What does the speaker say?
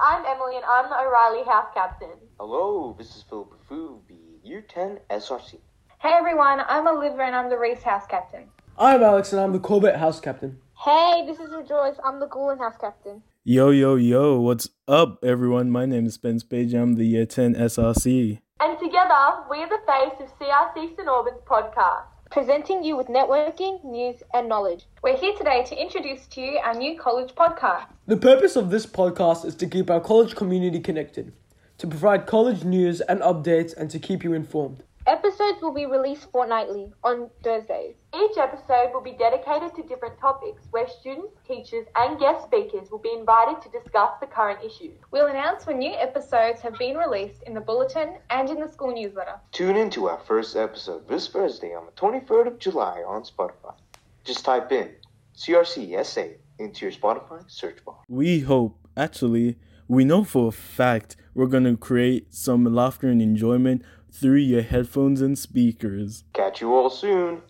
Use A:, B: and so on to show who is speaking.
A: I'm Emily, and I'm the O'Reilly House Captain.
B: Hello, this is Philip Ruby, Year 10 SRC.
C: Hey everyone, I'm Oliver and I'm the Reese House Captain.
D: I'm Alex and I'm the Corbett House Captain.
E: Hey, this is Rejoice. I'm the Goulin House Captain.
F: Yo, yo, yo, what's up, everyone? My name is Ben Page. I'm the Year 10 SRC.
A: And together, we're the face of CRC St Albans podcast.
E: Presenting you with networking, news, and knowledge.
C: We're here today to introduce to you our new college podcast.
D: The purpose of this podcast is to keep our college community connected, to provide college news and updates, and to keep you informed.
E: Episodes will be released fortnightly on Thursdays.
A: Each episode will be dedicated to different topics where students, teachers, and guest speakers will be invited to discuss the current issues.
C: We'll announce when new episodes have been released in the bulletin and in the school newsletter.
B: Tune in to our first episode this Thursday on the 23rd of July on Spotify. Just type in CRCSA into your Spotify search bar.
F: We hope, actually, we know for a fact we're going to create some laughter and enjoyment through your headphones and speakers.
B: Catch you all soon.